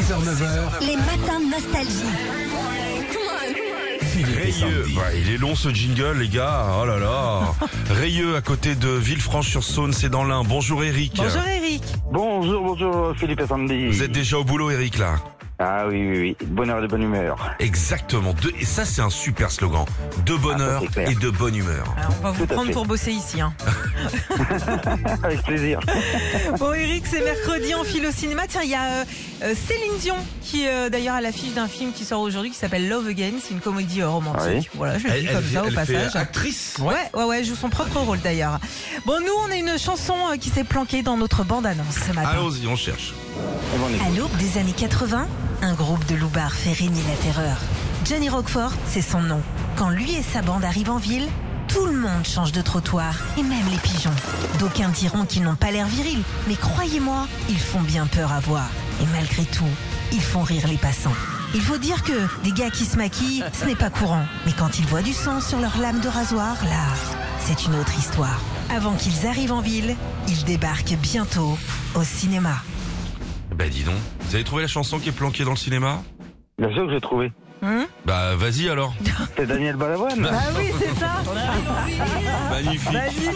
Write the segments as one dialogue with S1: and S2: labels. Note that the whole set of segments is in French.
S1: 6h-9h,
S2: Les matins de nostalgie.
S1: Philippe et
S3: Rayeux,
S1: Sandy.
S3: Bah, il est long ce jingle les gars, oh là là. Rayeux à côté de Villefranche-sur-Saône, c'est dans l'Ain. Bonjour Eric.
S4: Bonjour Eric.
S5: Bonjour, bonjour Philippe et Sandy.
S3: Vous êtes déjà au boulot Eric là
S5: Ah oui, oui, oui. Bonheur et bonne humeur.
S3: Exactement, De- et ça c'est un super slogan. De bonne
S5: Ah, ça,
S3: heure
S5: c'est clair.
S3: et de bonne humeur.
S4: Alors, Ah, on va vous
S5: Tout à
S4: prendre
S5: fait.
S4: pour bosser ici. hein.
S5: Avec plaisir.
S4: Bon Eric, c'est mercredi, on file au cinéma. Tiens, il y a euh, euh, Céline Dion qui euh, d'ailleurs à l'affiche d'un film qui sort aujourd'hui qui s'appelle Love Again. C'est une comédie euh,
S5: Ah
S4: romantique. Voilà, je le dis comme
S3: fait-
S4: ça au
S3: elle fait
S4: passage.
S3: actrice.
S4: Ouais, ouais, ouais, elle joue son propre rôle d'ailleurs. Bon, nous, on a une chanson euh, qui s'est planquée dans notre bande-annonce ce matin.
S3: Allons-y, on cherche.
S2: À l'aube des années 80, un groupe de loupards fait régner la terreur. Johnny Roquefort, c'est son nom. Quand lui et sa bande arrivent en ville, tout le monde change de trottoir, et même les pigeons. D'aucuns diront qu'ils n'ont pas l'air virils, mais croyez-moi, ils font bien peur à voir. Et malgré tout, ils font rire les passants. Il faut dire que des gars qui se maquillent, ce n'est pas courant. Mais quand ils voient du sang sur leur lame de rasoir, là, c'est une autre histoire. Avant qu'ils arrivent en ville, ils débarquent bientôt au cinéma.
S3: Bah dis donc, vous avez trouvé la chanson qui est planquée dans le cinéma
S5: Bien sûr que j'ai trouvé.
S4: Hum
S3: Bah vas-y alors.
S5: C'est Daniel Balavoine.
S3: Bah,
S4: ah oui, c'est ça. Ah,
S3: Magnifique.
S4: bah, Vas-y.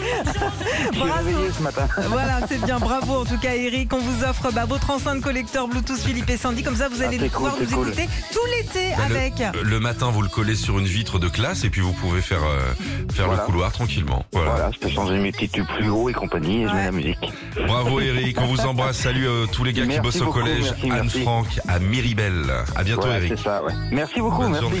S5: Je suis
S4: Bravo.
S5: réveillé ce matin.
S4: Voilà, c'est bien. Bravo en tout cas, Eric. On vous offre bah, votre enceinte collecteur Bluetooth Philippe et Sandy. Comme ça, vous allez
S5: Ah, c'est
S4: pouvoir
S5: cool,
S4: nous
S5: c'est cool.
S4: écouter tout l'été
S3: Bah, le-
S4: avec.
S3: Le, matin, vous le collez sur une vitre de classe et puis vous pouvez faire, euh, faire
S5: Voilà.
S3: le couloir tranquillement. Voilà.
S5: Voilà, je peux changer mes petits tubes plus haut et compagnie et je
S4: Ouais.
S5: mets la musique.
S3: Bravo Eric, on vous embrasse. Salut euh, tous les gars qui
S5: Merci
S3: bossent au
S5: beaucoup,
S3: collège.
S5: merci,
S3: Anne
S5: merci.
S3: Franck à Miribel. À bientôt
S5: Voilà,
S3: Eric.
S5: c'est ça, ouais. Merci beaucoup,
S3: Bonne
S5: merci.
S3: journée.